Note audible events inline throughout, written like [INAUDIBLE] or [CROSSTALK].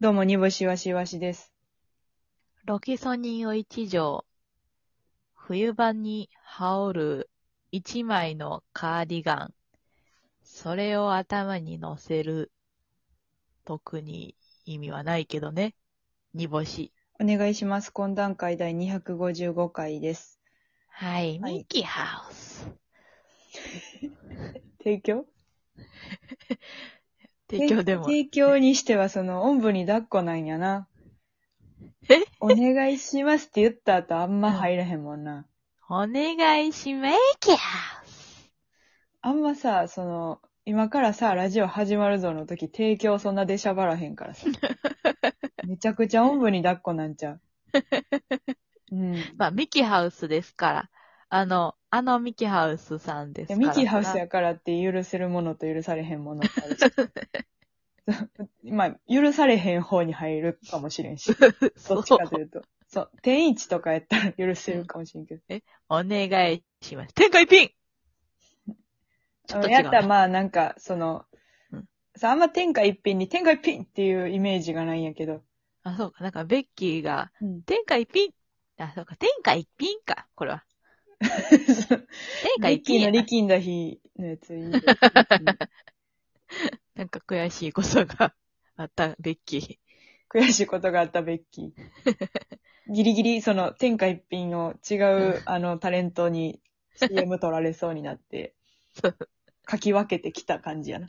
どうも、煮干しわしわしです。ロキソニンを一錠。冬場に羽織る一枚のカーディガン。それを頭に乗せる。特に意味はないけどね。煮干し。お願いします。懇談会第255回です。はい、はいミッキーハウス。提供提供でも。提供にしては、その、おんぶに抱っこなんやな。えお願いしますって言った後、あんま入らへんもんな。お願いしま、ミッキーハウス。あんまさ、その、今からさ、ラジオ始まるぞの時、提供そんな出しゃばらへんから [LAUGHS] さ。めちゃくちゃおんぶに抱っこなんちゃう。うん。いまあ、ミッキーハウスですから。あの、あのミッキーハウスさんですかやら。ミキハウスやからって許せるものと許されへんものってあるし [LAUGHS] そうまあ、許されへん方に入るかもしれんし。 [LAUGHS] そどうっちかというと。そう。天一とかやったら許せるかもしれんけど。お願いします。天下一品ちょっと違うやなったらまあなんか、そのうん、さあんま天下一品に天下一品っていうイメージがないんやけど。あ、そうか。なんか、ベッキーが、 [LAUGHS] うん天下一品あ、そうか。天下一品か。これは。天下リ一キ品ンのやな。力んだ日のやつ [LAUGHS] いいよ。なんか悔しいことが [LAUGHS] あった、ベッキー。悔しいことがあったベッキー。ギリギリ、その、天下一品の違う、あの、タレントに CM 取られそうにな [LAUGHS] ってそう、書き分けてきた感じやな。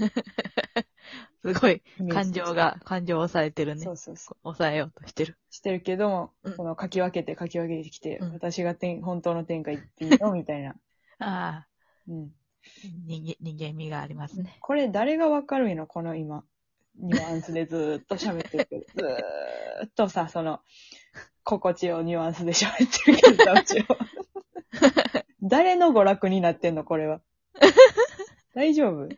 すごい、感情が、感情を抑えてるねそ。うそうそう。抑えようとしてる。してるけども、うんこの書き分けて書き分けてきて、うん私が天本当の天下一品の、みたいな。ああ、うん。人間、人間味がありますね。これ誰がわかるんやろこの今、ニュアンスでずーっと喋ってるけど、ずーっとさ、その、心地よいニュアンスで喋ってるけどさ、うちは誰の娯楽になってんのこれは。大丈夫い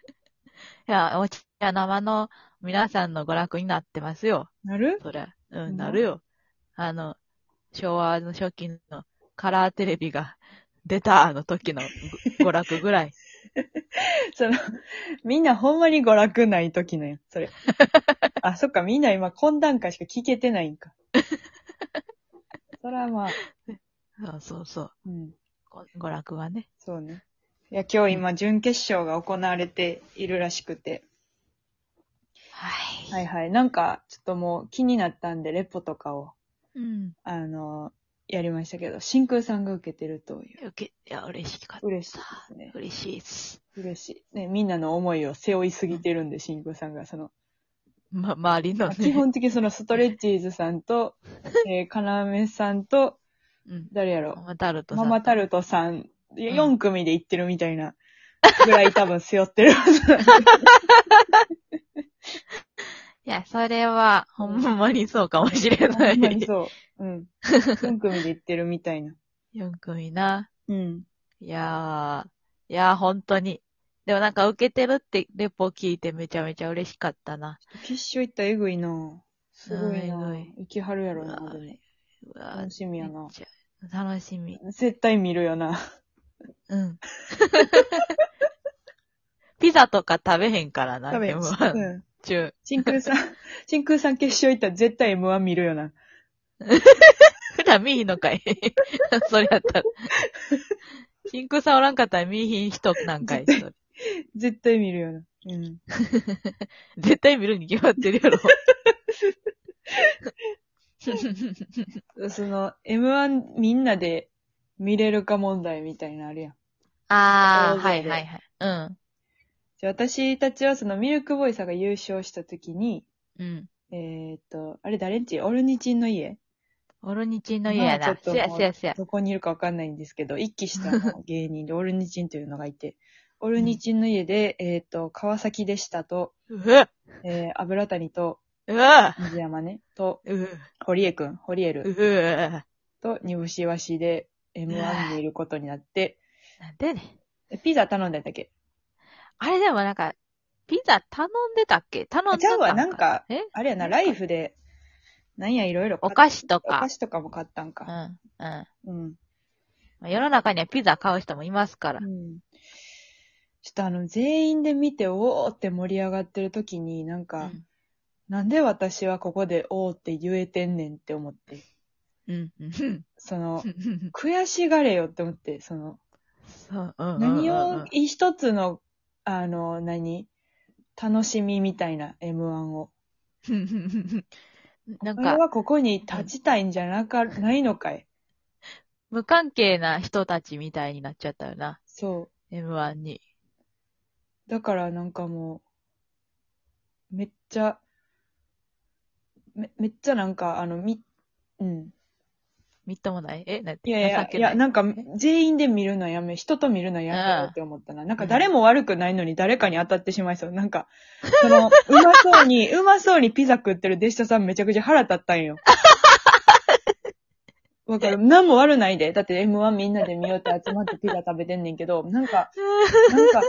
や、おちや生の皆さんの娯楽になってますよ。なるそりゃ、ううんん、なるよ。あの、昭和の初期のカラーテレビが出たの時のご娯楽ぐ [LAUGHS] らい。その、みんなほんまに娯楽ない時のやん、それ。あ、そっか、みんな今懇談会しか聞けてないんか。そらまあ、そうそうそう。うん、ご娯楽はね。そうね。いや、今日今、準決勝が行われているらしくて。はい。はいはい。なんか、ちょっともう気になったんで、レポとかを、うん。あの、やりましたけど、真空さんが受けてるという。受け、いや、嬉しかっ嬉しいですねた。。嬉しいっす。嬉しい。ね、みんなの思いを背負いすぎてるんで、真空さんが。その、ま、周りのまあね。基本的にそのストレッチーズさんと、えー、かなめさんと、うん。誰やマろマタルトさマん。マタルトさん、4組で行ってるみたいな、ぐらい多分背負ってる。いや、それは、ほんまにそうかもしれなほい。んまにそう。うん。4組で行ってるみたいな。 4組な。うん。いやー、いやー、本当に。でもなんか受けてるってレポ聞いてめちゃめちゃ嬉しかったな。決勝行ったらえぐいなすごいなうんえぐい行きはるやろうな、わでも。うわー楽しみやなめっ。ちゃ楽しみ。絶対見るよな。うん。 [LAUGHS] ピザとか食べへんからな、食 [LAUGHS] べ、う M1 ん。 [LAUGHS] 中。真空 [LAUGHS] さん、真空さん決勝行ったら絶対 M1 見るよな。普段見ひんのかい [LAUGHS] それやったら。真空さんおらんかったら見ひん人なんかい。それ絶対見るよな。うん。絶対見るに決まってるやろ。 [LAUGHS] その、M1 みんなで見れるか問題みたいなのあるやん。あ大ー、は勢いではいはい。うん。じゃあ私たちはそのミルクボーイさんが優勝した時に、うん。えー、っと、あれ誰んちオルニチンの家オルニチンの家やまあな。ちょっとせやせやせや。どこにいるかわかんないんです [LAUGHS] けど、一期下の芸人でオルニチンというのがいて、オルニチンの家で、えーっと、川崎でしたと、うわえー、油谷と、うわ水山ね、と、うわ堀江くん、堀江うる、わと、煮干しわしで、M1 にいることになって、なんでね。えピザ頼んだんだっけあれでもなんか、ピザ頼んでたっけ頼んでちゃたうんわかなんかえあれやな、ライフで、なんや、いろいろ買おっ菓子とおか菓。子とかも買ったんうか。ん、うん。うん。まあ世の中にはピザ買う人もいますからう。ん。ちょっとあの、全員で見て、おーって盛り上がってる時に、なんか、うんなんで私はここでおーって言えてんねんって思って、うん、うん。その、悔しがれよって思って、その、そう、うんうんうんうん。何を一つの、あの、何楽しみみたいな M1 を。なん俺か、はここに立ちたいんじゃなか、ないのかい。無関係な人たちみたいになっちゃったよな。そ M1 に。う。だからなんかもう、めっちゃ、め、めっちゃなんか、あの、み、うん。みっともないえなんていやいや情、けいなや、 [LAUGHS] なんか、全員で見るのやめ、人と見るのやめようって思ったな。なんか、誰も悪くないのに誰かに当たってしまいそう。なんか、その、うまそうに、うまそうにピザ食ってる弟子とさんめちゃくちゃ腹立ったんよ。わかる。何も悪ないで。だって M1 みんなで見ようって集まってピザ食べてんねんけど、なんか、なんか、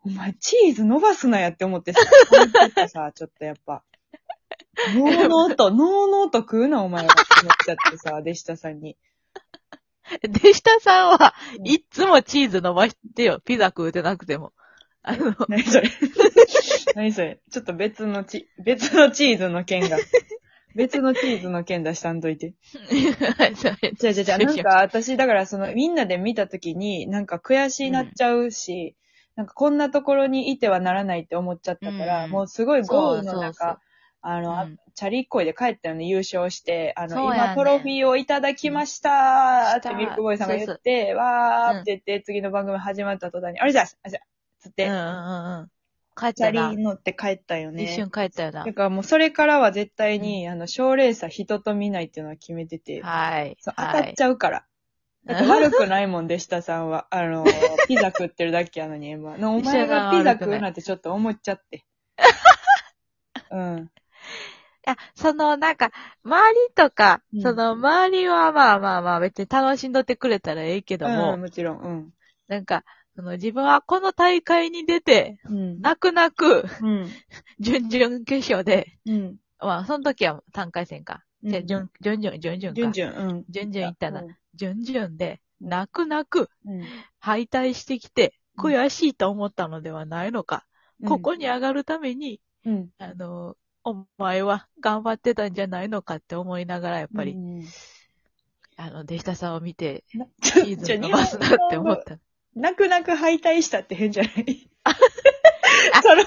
お前チーズ伸ばすなやって思ってさ、ちょっとさ、ちょっとやっぱ、ノーノーと、ノーノーと食うなお前はって思っちゃってさ、弟子とさんに。でしたさんは、うんいっつもチーズ伸ばしてよ。ピザ食うてなくても。あ [LAUGHS] の、 [LAUGHS] 何それ何それちょっと別のチ、別のチーズの [LAUGHS] 件が。別のチーズの件出したんといて。違う違う違う。なんか私、だからそのみんなで見たときに、なんか悔しいなっちゃうし、なんかこんなところにいてはならないって思っちゃったから、うんもうすごい豪雨の中、そうそうそうあの、うんチャリっこいで帰ったよね、優勝して、あの、そうやね今トロフィーをいただきましたーっうてんミルクボーイさんが言って、わーって言って、次の番組始まった途端に、あれじゃあ、あれじゃあ、つって、うんうんうん。帰っチャたリな。乗って帰ったよね。一瞬帰ったよなだ。からもうそれからは絶対に、あの、賞レースは人と見ないっていうのは決めてて、はい。そう当はたっいち。ゃうから。だって悪くないもんでしたさんは。 [LAUGHS] あの、ピザ食ってるだけやのに、M は。 [LAUGHS] のお前がピザ食うなんてちょっと思っちゃって。 [LAUGHS] うん。あ、その、なんか、周りとか、うんその、周りはまあまあまあ、別に楽しんどってくれたらええけども、うん、もちろん。うん。なんか、その自分はこの大会に出て、うん。泣く泣く、うん。準々決勝で、うん。まあ、その時は3回戦か。うで、ん準、準々、準々か。じゅんじゅん。うん。準々行ったな。う準々で、泣く泣く、ん。敗退してきて、うん悔しいと思ったのではないのか。うんここに上がるために、うん。やっあの、お前は頑張ってたんじゃないのかって思いながら、やっぱり、あの、弟子たさんを見 [LAUGHS] て、ちチょ、ーちズょ、伸ばすなって思った。泣く泣く敗退したって変じゃないその、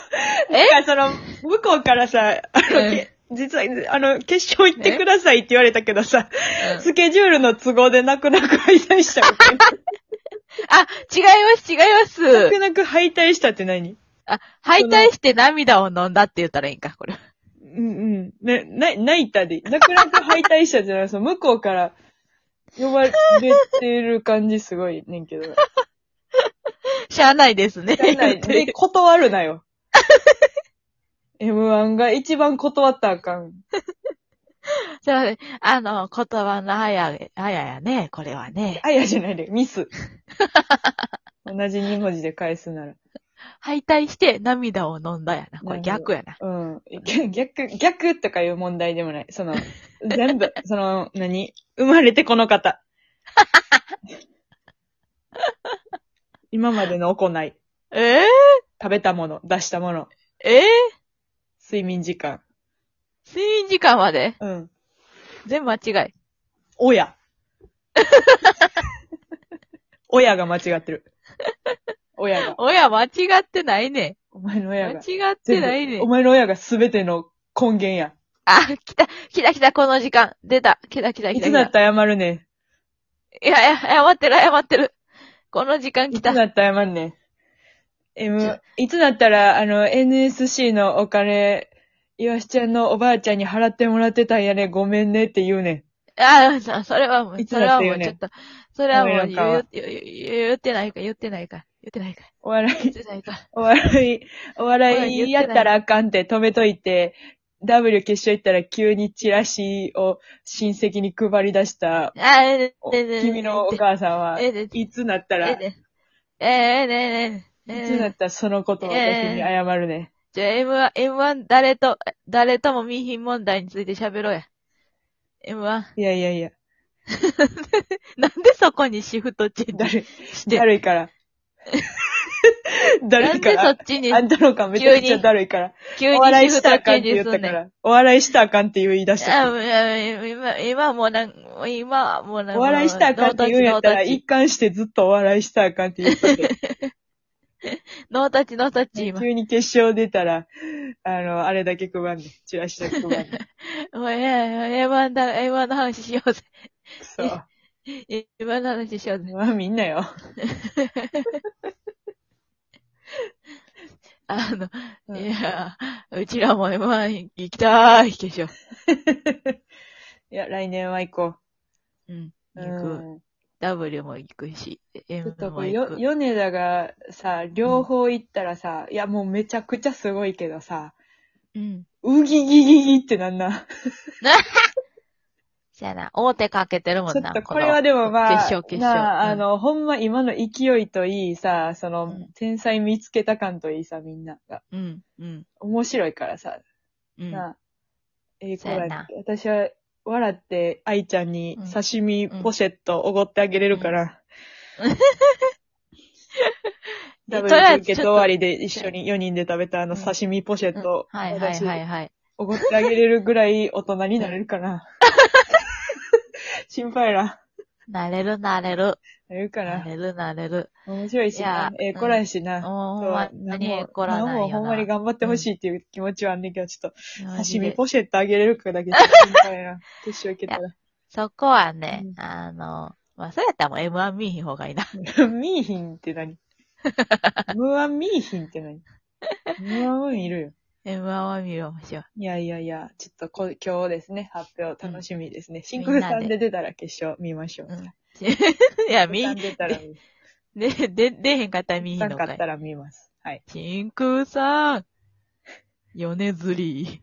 えなんかその、向こうからさ、あの、うんけ実は、あの、決勝行ってくださいって言われたけどさ、うんスケジュールの都合で泣く泣く敗退したみたいな。あ、違います、違いま泣 [LAUGHS] くす。泣く敗退したって何あ、敗退して涙を飲んだって言ったらいいんか、これ。うんうん。ね、な、泣いたでいい。泣く泣く敗退したじゃない、その向こうから呼ばれてる感じすごいねん [LAUGHS] けど。しゃあないですね。やんない [LAUGHS] で、断るなよ。M1 が一番断ったらあかん。すいません。あの、言葉のあや、あややね、これはね。あ、いやじゃないで、ミ [LAUGHS] ス。同じ2文字で返すなら。敗退して涙を飲んだやな。これ逆やな。うん。逆、逆逆とかいう問題でもない。その、全 [LAUGHS] 部、その、何生まれてこの方。今までの行い。え食べたもの、出したもの、ー、えー、睡眠時間。睡眠時間までうん。全部間違い。親。 [LAUGHS] 親が間違ってる。親が。親間違ってないね。お前の間親が。違ってないねお。前の親が全ての根源や。あ、来た、来た来た、この時間。出た。来た来たい来つた来だたっ。て謝るねん。いやいや、謝ってる謝ってる。この時間い来つた。だって謝んねん。ち M ょ、いつだったら、あの、NSC のお金、イワシちゃんのおばあちゃんに払ってもらってたんやね、ごめんねって言うねああ、それはもう、いつそれだっはて言もううねちょっと、それはももうう言やんかう言う言ってないか、言ってないか、言ってない [LAUGHS] か、ん。お笑言っい、てないか。お笑い、お笑いやったらあかんって止めといて、W 決勝行ったら急にチラシを親戚に配り出した、ああ、えおえね君のお母さんは、ええねいつなったら、えいねええねえねえつなったらそのことを私に謝るねん。じゃあ M1、M1 誰と、誰とも見品問題について喋ろうや。M1。 [LAUGHS] いやいやいや、なんでそこにシフトチェンジだるい、してだるいから。だ [LAUGHS] なるんいかでそらっ。ちにあ、んたのかめちゃめちゃだるいから。急おに笑シいフしトたらあチかんェっンてジ言っすたんかねん。ら。お笑いしたらあかんって言い出した [LAUGHS] あかうんうん今、今もうなん、今もうなんら。お笑いしたらあかんって言うんやったら、ノー一貫してずっとお笑いしたらあかんって言った [LAUGHS] けタッチ、ノータッチ、ノータッチ、今ど、。急に決勝出たら、あの、あれだけ配んねん。チラシだけ [LAUGHS] 配んねん。もうええ、M1 だ、M1 の話しようぜ。 [LAUGHS] くそ。 M1 の話しようぜ。まあみんなよ。あの、うんいや、うちらも M1 行きたーい、でしょ。いや、来年は行こうん。う。行く。うん W も行くし、ちょっ M とこもう行よ、く。米田がさ、両方行ったらさ、いや、もうめちゃくちゃすごいけどさ、うん。うぎぎぎぎってなんな。そやな、大手かけてるもちんょな。っとこれはでもまあ、決勝、決勝。なあ、あうん、の、ほんま今の勢いといいさ、その、うん天才見つけた感といいさ、みんなが。うん、うん、面白いからさ、うん。なあ、ええ子そうやなだ。私は、笑って、愛ちゃんにうん刺身うんポシェットおごってあげれるから。ダブルとりあえ休憩ずちょっとと終わりで一緒に4人で食べたあのうん刺身ポシェット、うんはいはいはいはい。おごってあげれるぐらい大人になれるかな。 [LAUGHS] 心配ら。なれるなれる。なれるかなな。れるなれる。面白いしいやな。ええ子らやしな。もうそほんまうにええ子らなんもほよんまにな。頑張ってほしいっていう気持ちはあんねんけど、ちょっと、マジ刺で身ポシェットあげれるかだけ心配 [LAUGHS] な。決勝いけたそこはね、うんあの、まあ、そうやったらもう M1 見えひん方がいいな。 [LAUGHS] ら。ミーヒンって何 ?M1 ミーヒンって何 ?M1 いるよ。 M1 は見ようしよいやいやいや、ちょっとこ今日ですね、発表楽しみですね。シンクみルんなでさんで出たら決勝見ましょうう。。 [LAUGHS] うん。いや、見シン、クルさん出たら見で、で、出へんかったら見えひんなのかかっいた。ら見ます。はい。真空さん、米ずり。